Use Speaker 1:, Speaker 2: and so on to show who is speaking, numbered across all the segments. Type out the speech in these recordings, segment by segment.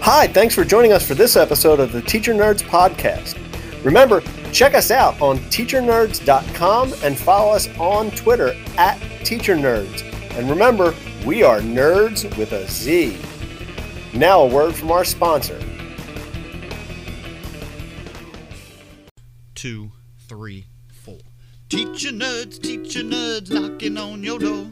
Speaker 1: Hi, thanks for joining us for this episode of the Teacher Nerds Podcast. Remember, check us out on teachernerds.com and follow us on Twitter at Teacher Nerds. And remember, we are nerds with a Z. Now, a word from our sponsor.
Speaker 2: two, three, four. Teacher nerds, teacher nerds knocking on your door.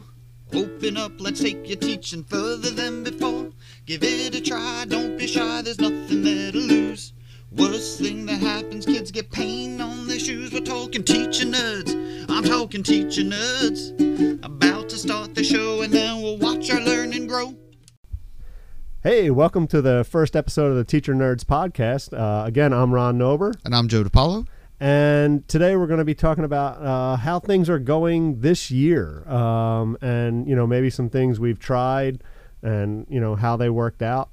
Speaker 2: Open up, let's take your teaching further than before. Give it a try, don't be shy, there's nothing there to lose. Worst thing that happens, kids get pain on their shoes. We're talking teacher nerds, I'm talking teacher nerds. About to start the show, and then we'll watch our learning grow.
Speaker 1: Hey, welcome to the first episode of the Teacher Nerds Podcast. Uh, again, I'm Ron Nober,
Speaker 2: And I'm Joe DiPaolo.
Speaker 1: and today we're going to be talking about uh, how things are going this year, um, and you know maybe some things we've tried, and you know how they worked out.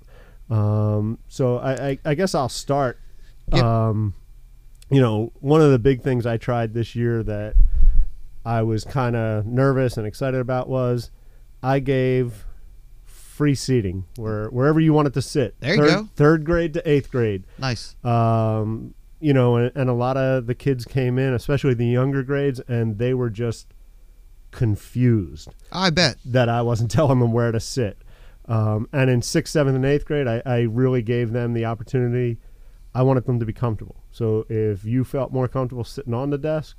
Speaker 1: Um, so I, I, I guess I'll start. Um, you know, one of the big things I tried this year that I was kind of nervous and excited about was I gave free seating where wherever you wanted to sit.
Speaker 2: There you
Speaker 1: third,
Speaker 2: go.
Speaker 1: Third grade to eighth grade
Speaker 2: Nice.
Speaker 1: um, you know, and, and a lot of the kids came in, especially the younger grades, and they were just confused
Speaker 2: I bet.
Speaker 1: that I wasn't telling them where to sit. Um, and in sixth, seventh, and eighth grade, I, I really gave them the opportunity. I wanted them to be comfortable. So if you felt more comfortable sitting on the desk,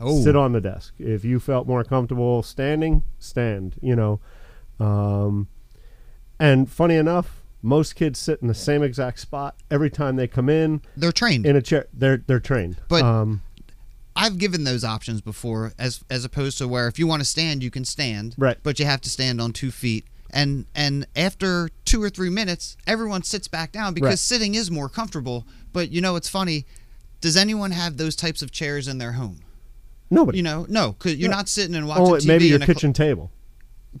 Speaker 2: Oh,
Speaker 3: Oh.
Speaker 1: sit on the desk. If you felt more comfortable standing, stand. You know, um, and funny enough, most kids sit in the same exact spot every time they come in
Speaker 3: they're trained.
Speaker 1: in a chair. They're they're trained.
Speaker 3: But-
Speaker 1: um,
Speaker 3: I've given those options before, as as opposed to where if you want to stand, you can stand,
Speaker 1: Right.
Speaker 3: But you have to stand on two feet, and and after two or three minutes, everyone sits back down because
Speaker 1: Right.
Speaker 3: sitting is more comfortable. But you know, it's funny. Does anyone have those types of chairs in their home?
Speaker 1: nobody.
Speaker 3: You know, no, because you're
Speaker 1: Yeah.
Speaker 3: not sitting and watching
Speaker 1: oh,
Speaker 3: TV.
Speaker 1: maybe your
Speaker 3: in a cl-
Speaker 1: kitchen table.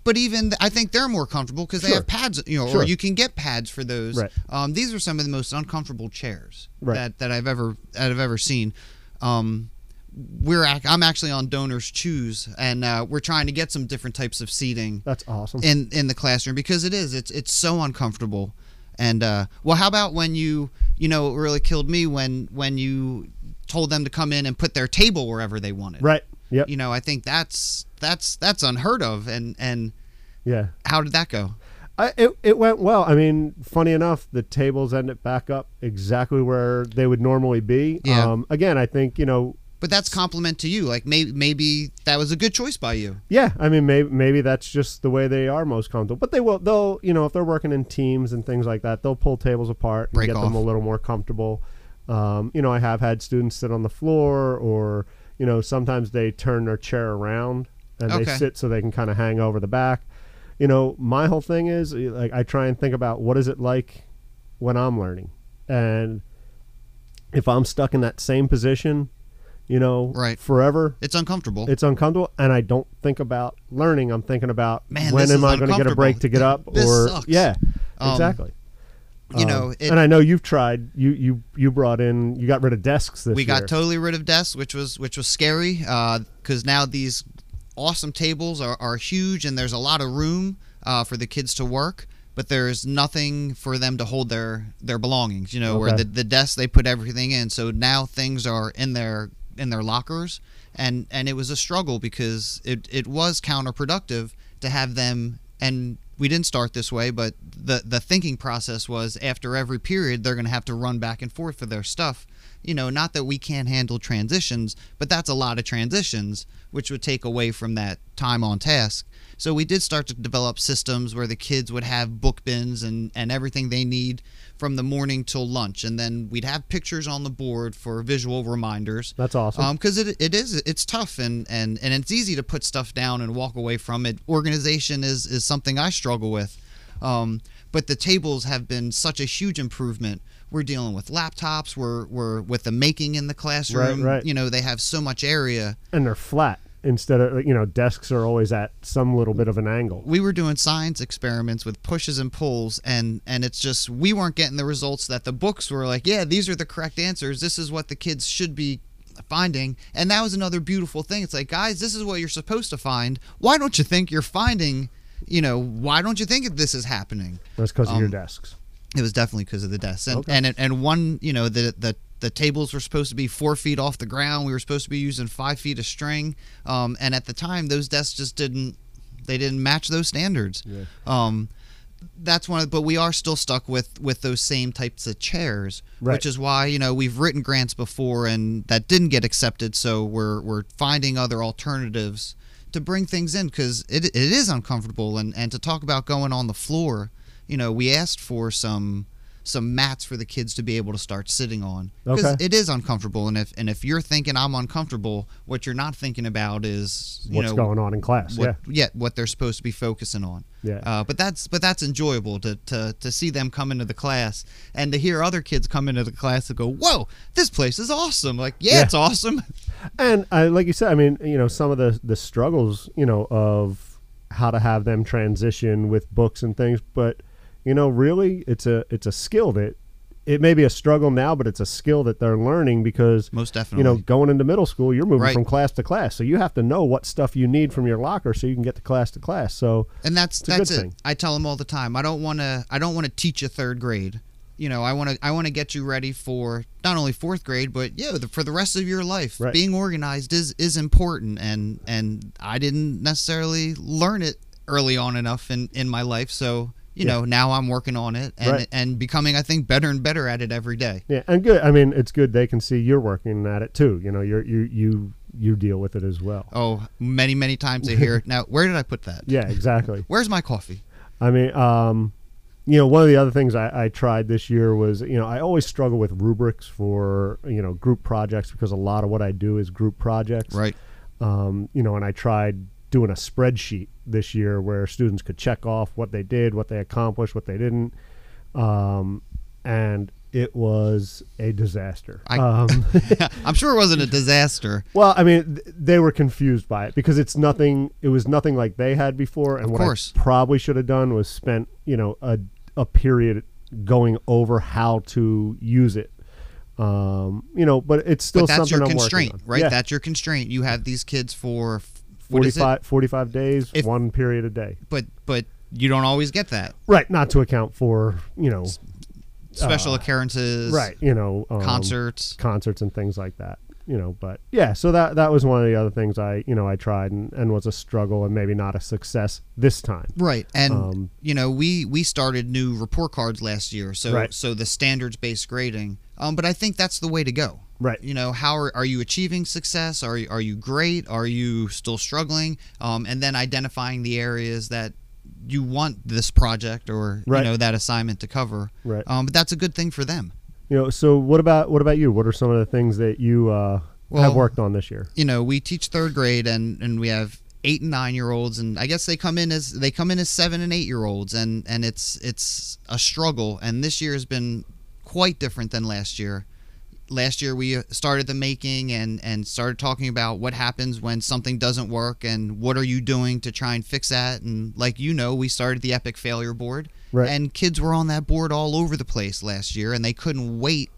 Speaker 3: but even th- I think they're more comfortable because they
Speaker 1: Sure.
Speaker 3: have pads, you know,
Speaker 1: Sure.
Speaker 3: or you can get pads for those.
Speaker 1: Right.
Speaker 3: Um, these are some of the most uncomfortable chairs
Speaker 1: Right.
Speaker 3: that, that I've ever that I've ever seen. Um, we're ac- I'm actually on Donors Choose, and uh, we're trying to get some different types of seating
Speaker 1: That's awesome.
Speaker 3: in in the classroom because it is it's it's so uncomfortable. And uh, well, how about when you you know it really killed me when when you told them to come in and put their table wherever they wanted.
Speaker 1: right. Yep.
Speaker 3: You know, I think that's that's that's unheard of, and and
Speaker 1: yeah.
Speaker 3: how did that go?
Speaker 1: I, it, it went well. I mean, funny enough, the tables ended back up exactly where they would normally be.
Speaker 3: Yeah.
Speaker 1: Um, again, I think you know
Speaker 3: But that's compliment to you. Like maybe maybe that was a good choice by you.
Speaker 1: Yeah, I mean, maybe maybe that's just the way they are most comfortable. But they will, they'll, you know, if they're working in teams and things like that, they'll pull tables apart and
Speaker 3: Break
Speaker 1: get them a
Speaker 3: off.
Speaker 1: little more comfortable. Um, you know, I have had students sit on the floor, or you know, sometimes they turn their chair around and they
Speaker 3: Okay.
Speaker 1: sit so they can kind of hang over the back. You know, my whole thing is eh, like I try and think about what is it like when I'm learning, and if I'm stuck in that same position, you know,
Speaker 3: Right.
Speaker 1: forever,
Speaker 3: It's uncomfortable.
Speaker 1: it's uncomfortable and i don't think about learning i'm thinking about
Speaker 3: Man,
Speaker 1: when
Speaker 3: this
Speaker 1: am
Speaker 3: is
Speaker 1: i going to get a break to get up
Speaker 3: This
Speaker 1: or
Speaker 3: sucks.
Speaker 1: yeah
Speaker 3: Um,
Speaker 1: exactly
Speaker 3: you
Speaker 1: Um,
Speaker 3: know, it,
Speaker 1: and i know you've tried you you you brought in you got rid of desks this
Speaker 3: we
Speaker 1: year
Speaker 3: got totally rid of desks, which was which was scary because now these awesome tables are, are huge and there's a lot of room uh, for the kids to work. But there's nothing for them to hold their their belongings. You know, where
Speaker 1: Okay.
Speaker 3: the the desk they put everything in. So now things are in their in their lockers, and and it was a struggle because it it was counterproductive to have them and. We didn't start this way, but the the thinking process was after every period they're going to have to run back and forth for their stuff you know, not that we can't handle transitions, but that's a lot of transitions, which would take away from that time on task. So we did start to develop systems where the kids would have book bins and, and everything they need from the morning till lunch. And then we'd have pictures on the board for visual reminders.
Speaker 1: that's awesome
Speaker 3: Um, 'cause because it, it is it's tough and, and and it's easy to put stuff down and walk away from it. Organization is is something I struggle with, um, but the tables have been such a huge improvement. We're dealing with laptops. We're we're with the making in the classroom.
Speaker 1: right.
Speaker 3: You know they have so much area.
Speaker 1: and they're flat instead of you know desks are always at some little bit of an angle
Speaker 3: we were doing science experiments with pushes and pulls and and it's just we weren't getting the results that the books were like yeah these are the correct answers this is what the kids should be finding and that was another beautiful thing it's like guys this is what you're supposed to find why don't you think you're finding you know why don't you think that this is happening
Speaker 1: that's because of your
Speaker 3: um,
Speaker 1: desks
Speaker 3: It was definitely because of the deaths, and
Speaker 1: Okay.
Speaker 3: and it- and one, you know, the the the tables were supposed to be four feet off the ground. We were supposed to be using five feet of string, um, and at the time, those desks just didn't they didn't match those standards.
Speaker 1: Yeah.
Speaker 3: Um, that's one, of, but we are still stuck with with those same types of chairs,
Speaker 1: Right.
Speaker 3: which is why you know we've written grants before and that didn't get accepted, so we're we're finding other alternatives to bring things in because it, it is uncomfortable and and to talk about going on the floor, you know, we asked for some some mats for the kids to be able to start sitting on because
Speaker 1: Okay.
Speaker 3: it is uncomfortable and if and if you're thinking I'm uncomfortable, what you're not thinking about is you
Speaker 1: What's
Speaker 3: know
Speaker 1: going on in class?
Speaker 3: what,
Speaker 1: yeah.
Speaker 3: what they're supposed to be focusing on.
Speaker 1: Yeah.
Speaker 3: Uh, but that's but that's enjoyable to, to to see them come into the class and to hear other kids come into the class and go, "Whoa, this place is awesome!" Like, yeah,
Speaker 1: Yeah.
Speaker 3: it's awesome.
Speaker 1: and I, like you said, I mean, you know, some of the the struggles, you know, of how to have them transition with books and things, but you know, really, it's a it's a skill that it may be a struggle now, but it's a skill that they're learning because
Speaker 3: Most definitely.
Speaker 1: you know, going into middle school, you're moving
Speaker 3: Right.
Speaker 1: from class to class, so you have to know what stuff you need from your locker so you can get to class to class. So
Speaker 3: and that's
Speaker 1: a
Speaker 3: that's
Speaker 1: good
Speaker 3: it.
Speaker 1: thing.
Speaker 3: I tell them all the time. I don't want to. I don't want to teach a third grade. You know, I want to. I want to get you ready for not only fourth grade, but yeah, the, for the rest of your life.
Speaker 1: Right.
Speaker 3: Being organized is is important, and and I didn't necessarily learn it early on enough in in my life. So you know, now I'm working on it and
Speaker 1: Right.
Speaker 3: and becoming, I think, better and better at it every day.
Speaker 1: yeah, and good. I mean, it's good they can see you're working at it too. You know, you're you you you deal with it as well.
Speaker 3: Oh, many many times I hear now. Where did I put that?
Speaker 1: Yeah, exactly.
Speaker 3: Where's my coffee?
Speaker 1: I mean, um, you know, one of the other things I, I tried this year was, you know, I always struggle with rubrics for, you know, group projects because a lot of what I do is group projects.
Speaker 3: Right.
Speaker 1: Um, you know, and I tried doing a spreadsheet this year where students could check off what they did, what they accomplished, what they didn't. Um, and it was a disaster.
Speaker 3: I-
Speaker 1: um,
Speaker 3: I'm sure it wasn't a disaster.
Speaker 1: well, I mean, th- they were confused by it because it's nothing. It was nothing like they had before, and
Speaker 3: Of
Speaker 1: what
Speaker 3: course.
Speaker 1: I probably should have done was spent, you know, a a period going over how to use it. Um, you know, but it's still
Speaker 3: but that's
Speaker 1: something
Speaker 3: your
Speaker 1: I'm working
Speaker 3: constraint,
Speaker 1: on.
Speaker 3: right?
Speaker 1: Yeah,
Speaker 3: That's your constraint. You have these kids for f- what is it?
Speaker 1: 45, 45 days,
Speaker 3: If-
Speaker 1: one period a day.
Speaker 3: But but you don't always get that
Speaker 1: Right, not to account for you know,
Speaker 3: special occurrences,
Speaker 1: Ah. right, you know, um,
Speaker 3: Concerts.
Speaker 1: concerts and things like that you know but yeah so that that was one of the other things i you know i tried and, and was a struggle and maybe not a success this time
Speaker 3: Right, and
Speaker 1: Um,
Speaker 3: you know we we started new report cards last year, so
Speaker 1: Right.
Speaker 3: so the standards based grading. Um, but I think that's the way to go.
Speaker 1: Right.
Speaker 3: You know, how are, are you achieving success? Are you, are you great? Are you still struggling? Um, and then identifying the areas that you want this project or
Speaker 1: Right.
Speaker 3: you know that assignment to cover.
Speaker 1: Right.
Speaker 3: Um, but that's a good thing for them.
Speaker 1: You know, so what about what about you? What are some of the things that you uh, have
Speaker 3: Well-
Speaker 1: worked on this year?
Speaker 3: you know we teach third grade and and we have eight and nine year olds and i guess they come in as they come in as seven and eight year olds and and it's it's a struggle and this year has been quite different than last year last year we uh, started the making and and started talking about what happens when something doesn't work and what are you doing to try and fix that and like you know we started the epic failure board
Speaker 1: Right.
Speaker 3: and kids were on that board all over the place last year and they couldn't wait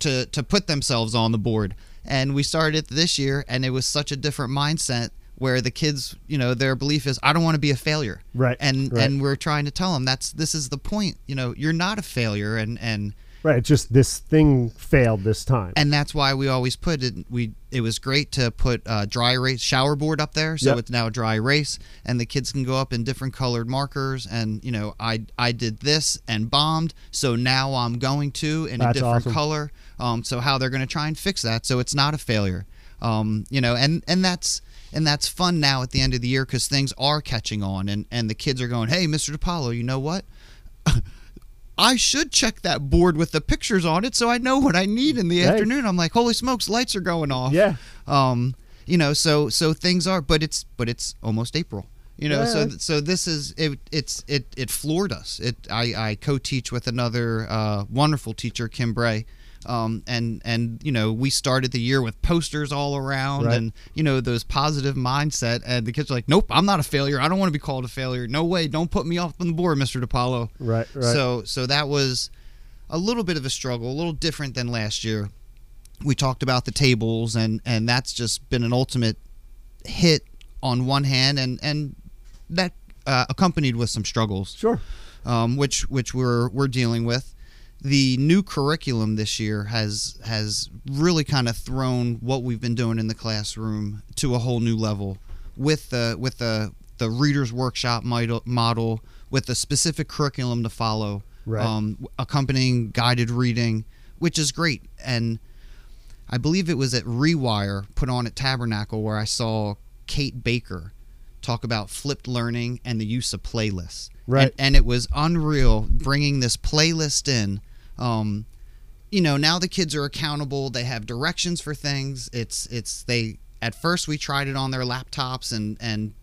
Speaker 3: to to put themselves on the board. And we started it this year, and it was such a different mindset where the kids, you know, their belief is, I don't want to be a failure.
Speaker 1: Right,
Speaker 3: And
Speaker 1: right.
Speaker 3: and we're trying to tell them that's this is the point. You know, you're not a failure, and and
Speaker 1: Right, it's just this thing failed this time.
Speaker 3: and that's why we always put it. We it was great to put uh, dry erase shower board up there, so
Speaker 1: Yep.
Speaker 3: it's now dry erase, and the kids can go up in different colored markers. And you know, I I did this and bombed, so now I'm going to in a
Speaker 1: That's
Speaker 3: different
Speaker 1: awesome.
Speaker 3: color. Um, so how they're going to try and fix that, so it's not a failure. Um, you know, and and that's and that's fun now at the end of the year because things are catching on, and and the kids are going, hey, Mr. DiPaolo, you know what? I should check that board with the pictures on it so I know what I need in the
Speaker 1: Right.
Speaker 3: afternoon. I'm like, holy smokes, lights are going off.
Speaker 1: Yeah.
Speaker 3: Um, you know, so so things are, but it's but it's almost April. You know, so
Speaker 1: Yeah.
Speaker 3: th- so this is it. It's it it floored us. It I I co-teach with another uh, wonderful teacher, Kim Bray. Um, and and you know we started the year with posters all around
Speaker 1: Right.
Speaker 3: and you know those positive mindset and the kids are like nope I'm not a failure I don't want to be called a failure no way don't put me off on the board Mr. DiPaolo
Speaker 1: right, right.
Speaker 3: so so that was a little bit of a struggle, a little different than last year. We talked about the tables and and that's just been an ultimate hit on one hand and and that uh, accompanied with some struggles,
Speaker 1: Sure.
Speaker 3: um, which which we're we're dealing with. The new curriculum this year has has really kind of thrown what we've been doing in the classroom to a whole new level with the with the the readers workshop model, model with the specific curriculum to follow,
Speaker 1: Right.
Speaker 3: um, accompanying guided reading, which is great and. I believe it was at Rewire put on at Tabernacle where I saw Kate Baker talk about flipped learning and the use of playlists.
Speaker 1: Right.
Speaker 3: And, and it was unreal bringing this playlist in. Um, you know, now the kids are accountable. They have directions for things. It's it's they at first we tried it on their laptops and and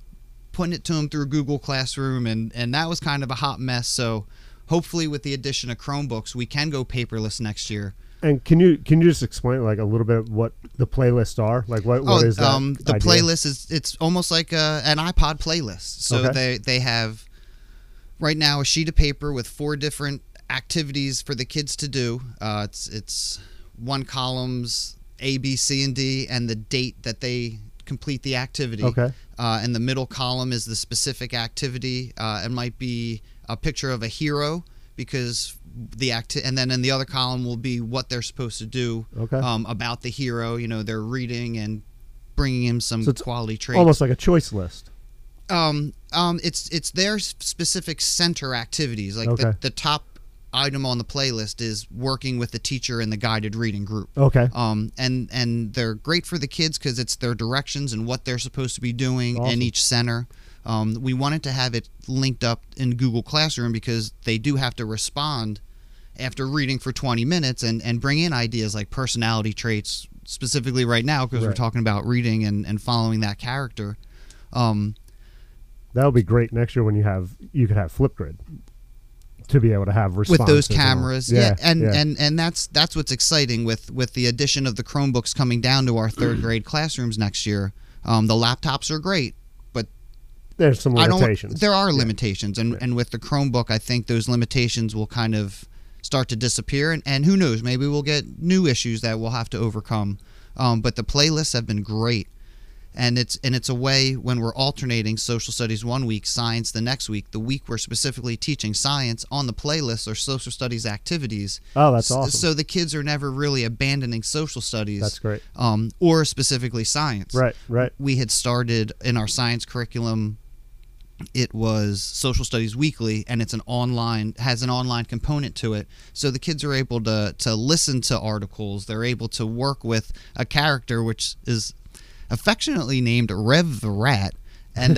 Speaker 3: putting it to them through Google Classroom and and that was kind of a hot mess. So hopefully with the addition of Chromebooks, we can go paperless next year.
Speaker 1: And can you can you just explain like a little bit what the playlists are? Like what what is that?
Speaker 3: um, the
Speaker 1: idea?
Speaker 3: playlist is it's almost like uh an iPod playlist. So
Speaker 1: Okay.
Speaker 3: they they have right now a sheet of paper with four different activities for the kids to do. Uh, it's it's one columns A B C and D and the date that they complete the activity.
Speaker 1: Okay.
Speaker 3: Uh, and the middle column is the specific activity. Uh, it might be a picture of a hero because the act and then in the other column will be what they're supposed to do
Speaker 1: Okay.
Speaker 3: um, about the hero. You know, they're reading and bringing him some
Speaker 1: So it's
Speaker 3: quality traits.
Speaker 1: Almost like a choice list.
Speaker 3: um, um, it's it's their s- specific center activities. Like
Speaker 1: Okay.
Speaker 3: the, the top item on the playlist is working with the teacher and the guided reading group.
Speaker 1: Okay.
Speaker 3: Um, and and they're great for the kids because it's their directions and what they're supposed to be doing
Speaker 1: Awesome.
Speaker 3: in each center. Um, we wanted to have it linked up in Google Classroom because they do have to respond after reading for 20 minutes and, and bring in ideas like personality traits specifically right now because we're
Speaker 1: Right.
Speaker 3: talking about reading and, and following that character. Um,
Speaker 1: That would be great next year when you have you could have Flipgrid to be able to have responses
Speaker 3: with those
Speaker 1: and all.
Speaker 3: cameras yeah, and and and that's that's what's exciting with with the addition of the chromebooks coming down to our
Speaker 1: Mm.
Speaker 3: third grade classrooms next year um, the laptops are great but
Speaker 1: there's some
Speaker 3: i don't
Speaker 1: limitations.
Speaker 3: there are limitations and and with the chromebook i think those limitations will kind of start to disappear and, and who knows maybe we'll get new issues that we'll have to overcome um, but the playlists have been great and it's and it's a way when we're alternating social studies one week science the next week the week we're specifically teaching science on the playlist or social studies activities
Speaker 1: oh, that's
Speaker 3: S-
Speaker 1: awesome.
Speaker 3: so the kids are never really abandoning social studies
Speaker 1: that's great.
Speaker 3: um, or specifically science
Speaker 1: Right, right.
Speaker 3: we had started in our science curriculum it was social studies weekly and it's an online has an online component to it so the kids are able to to listen to articles they're able to work with a character which is affectionately named rev the rat and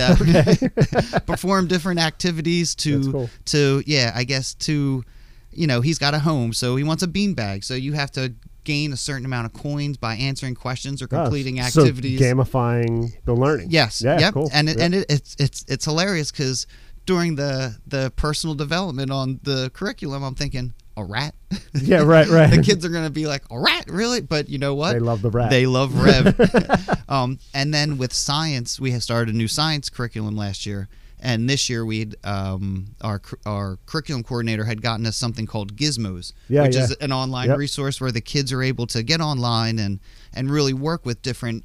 Speaker 3: uh, perform different activities
Speaker 1: That's
Speaker 3: to
Speaker 1: cool.
Speaker 3: to yeah i guess to you know he's got a home so he wants a beanbag so you have to gain a certain amount of coins by answering questions or
Speaker 1: Oh,
Speaker 3: completing
Speaker 1: so
Speaker 3: activities
Speaker 1: gamifying the learning.
Speaker 3: Yes.
Speaker 1: Yeah.
Speaker 3: Yep.
Speaker 1: Cool.
Speaker 3: And it,
Speaker 1: Yeah.
Speaker 3: and it, it's it's it's hilarious because during the the personal development on the curriculum, I'm thinking a rat.
Speaker 1: yeah. Right. Right.
Speaker 3: the kids are gonna be like a rat, really? But you know what?
Speaker 1: They love the rat.
Speaker 3: They love Rev. um, and then with science, we have started a new science curriculum last year, and this year we um, our cur- our curriculum coordinator had gotten us something called Gizmos,
Speaker 1: Yeah,
Speaker 3: which
Speaker 1: yeah.
Speaker 3: is an online
Speaker 1: Yep.
Speaker 3: resource where the kids are able to get online and and really work with different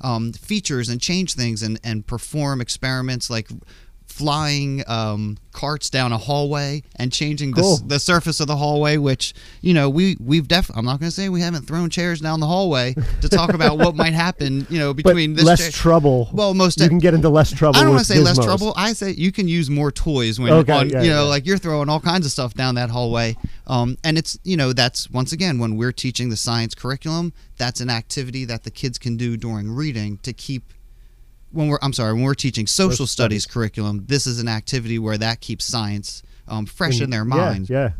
Speaker 3: um, features and change things and and perform experiments like. Flying um, carts down a hallway and changing the,
Speaker 1: Cool.
Speaker 3: s- the surface of the hallway, which you know we we've def. I'm not going to say we haven't thrown chairs down the hallway to talk about what might happen. You know,
Speaker 1: but
Speaker 3: between this
Speaker 1: less
Speaker 3: chair-
Speaker 1: trouble.
Speaker 3: Well, most
Speaker 1: you can get into less trouble.
Speaker 3: I don't
Speaker 1: want
Speaker 3: want to say less trouble. I say you can use more toys when
Speaker 1: Okay,
Speaker 3: on,
Speaker 1: yeah,
Speaker 3: you know,
Speaker 1: yeah.
Speaker 3: like you're throwing all kinds of stuff down that hallway. Um, and it's you know that's once again when we're teaching the science curriculum, that's an activity that the kids can do during reading to keep. When we're I'm sorry, when we're teaching social
Speaker 1: Social
Speaker 3: studies, curriculum, this is an activity where that keeps science um, fresh in their
Speaker 1: Mm, Yeah,
Speaker 3: mind,
Speaker 1: Yeah.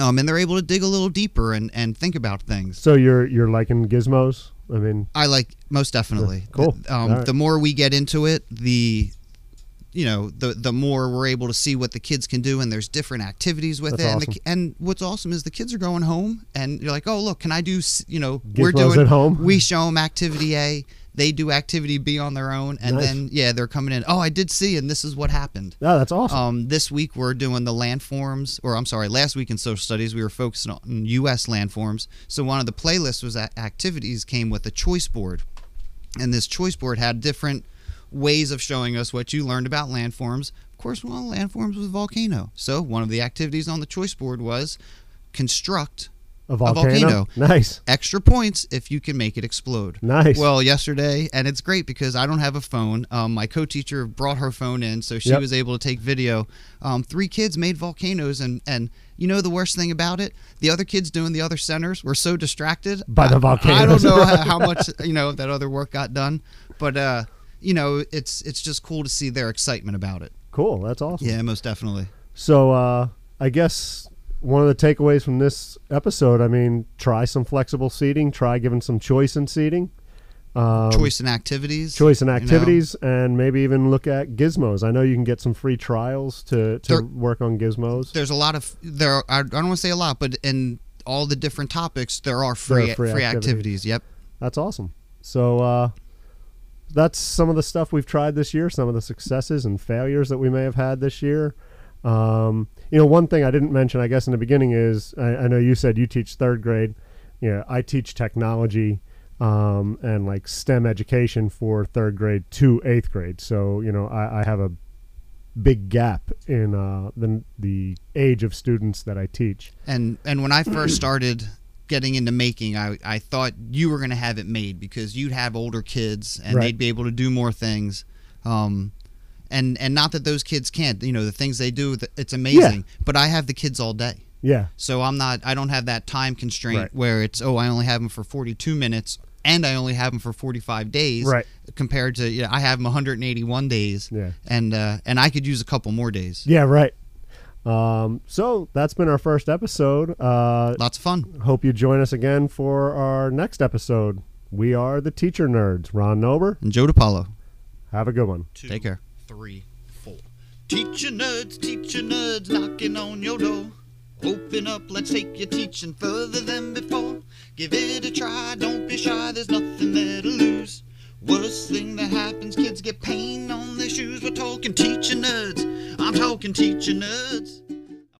Speaker 3: Um, and they're able to dig a little deeper and and think about things.
Speaker 1: So you're you're liking gizmos. I mean,
Speaker 3: I like most definitely.
Speaker 1: Yeah, cool.
Speaker 3: Th- um,
Speaker 1: All right.
Speaker 3: The more we get into it, the you know the the more we're able to see what the kids can do, and there's different activities with
Speaker 1: That's
Speaker 3: it.
Speaker 1: awesome.
Speaker 3: And, the, ki- and what's awesome is the kids are going home, and you're like, oh look, can I do? s- You know, we're
Speaker 1: Gizmos
Speaker 3: doing
Speaker 1: at home?
Speaker 3: We show them activity A. They do activity B on their own, and
Speaker 1: Nice.
Speaker 3: then yeah, they're coming in. Oh, I did see, and this is what happened.
Speaker 1: no, oh, that's awesome.
Speaker 3: Um, this week we're doing the landforms, or I'm sorry, last week in social studies we were focusing on U.S. landforms. So one of the playlists was that activities came with a choice board, and this choice board had different ways of showing us what you learned about landforms. Of course, one of the landforms was volcano. So one of the activities on the choice board was construct
Speaker 1: A volcano.
Speaker 3: volcano.
Speaker 1: Nice.
Speaker 3: extra points if you can make it explode.
Speaker 1: Nice.
Speaker 3: Well, yesterday, and it's great because I don't have a phone. Um, my co-teacher brought her phone in, so she
Speaker 1: Yep.
Speaker 3: was able to take video. Um, three kids made volcanoes, and and you know the worst thing about it, the other kids doing the other centers were so distracted
Speaker 1: By the
Speaker 3: I- I
Speaker 1: volcanoes.
Speaker 3: don't know how, how much you know that other work got done, but uh, you know it's it's just cool to see their excitement about it.
Speaker 1: Cool. That's awesome.
Speaker 3: Yeah, most definitely.
Speaker 1: So uh, I guess one of the takeaways from this episode, I mean, try some flexible seating, try giving some choice in seating,
Speaker 3: choice and activities.
Speaker 1: Um, choice in
Speaker 3: you know.
Speaker 1: activities, and maybe even look at gizmos. I know you can get some free trials to, to
Speaker 3: There-
Speaker 1: work on gizmos.
Speaker 3: there's a lot of there. Are, I don't want to say a lot, but in all the different topics, there are free
Speaker 1: free
Speaker 3: free,
Speaker 1: activities.
Speaker 3: activities. Yep.
Speaker 1: That's awesome. So uh, that's some of the stuff we've tried this year, some of the successes and failures that we may have had this year. Um, you know, one thing I didn't mention, I guess, in the beginning is I, I know you said you teach third grade. You know, I teach technology um, and like STEM education for third grade to eighth grade. So, you know, I, I have a big gap in uh, the, the age of students that I teach.
Speaker 3: And and when I first started getting into making, I I thought you were gonna have it made because you'd have older kids and
Speaker 1: Right.
Speaker 3: they'd be able to do more things. Um, and and not that those kids can't. You know the things they do. th- It's amazing. But I have the kids all day.
Speaker 1: Yeah.
Speaker 3: So I'm not. I don't have that time constraint
Speaker 1: Right.
Speaker 3: where it's oh I only have them for 42 minutes and I only have them for 45 days.
Speaker 1: Right.
Speaker 3: Compared to you know, I have them 181 days.
Speaker 1: Yeah.
Speaker 3: And uh, and I could use a couple more days.
Speaker 1: Yeah, right. Um, so that's been our first episode. Uh,
Speaker 3: Lots of fun.
Speaker 1: hope you join us again for our next episode. We are the Teacher Nerds. Ron Nober,
Speaker 3: And Joe DiPaolo.
Speaker 1: have a good one.
Speaker 2: Two,
Speaker 3: Take care.
Speaker 2: Three, four. Teacher nerds, teacher nerds knocking on your door. Open up, let's take your teaching further than before. Give it a try, don't be shy, there's nothing there to lose. Worst thing that happens, kids get pain on their shoes. We're talking teacher nerds, I'm talking teacher nerds.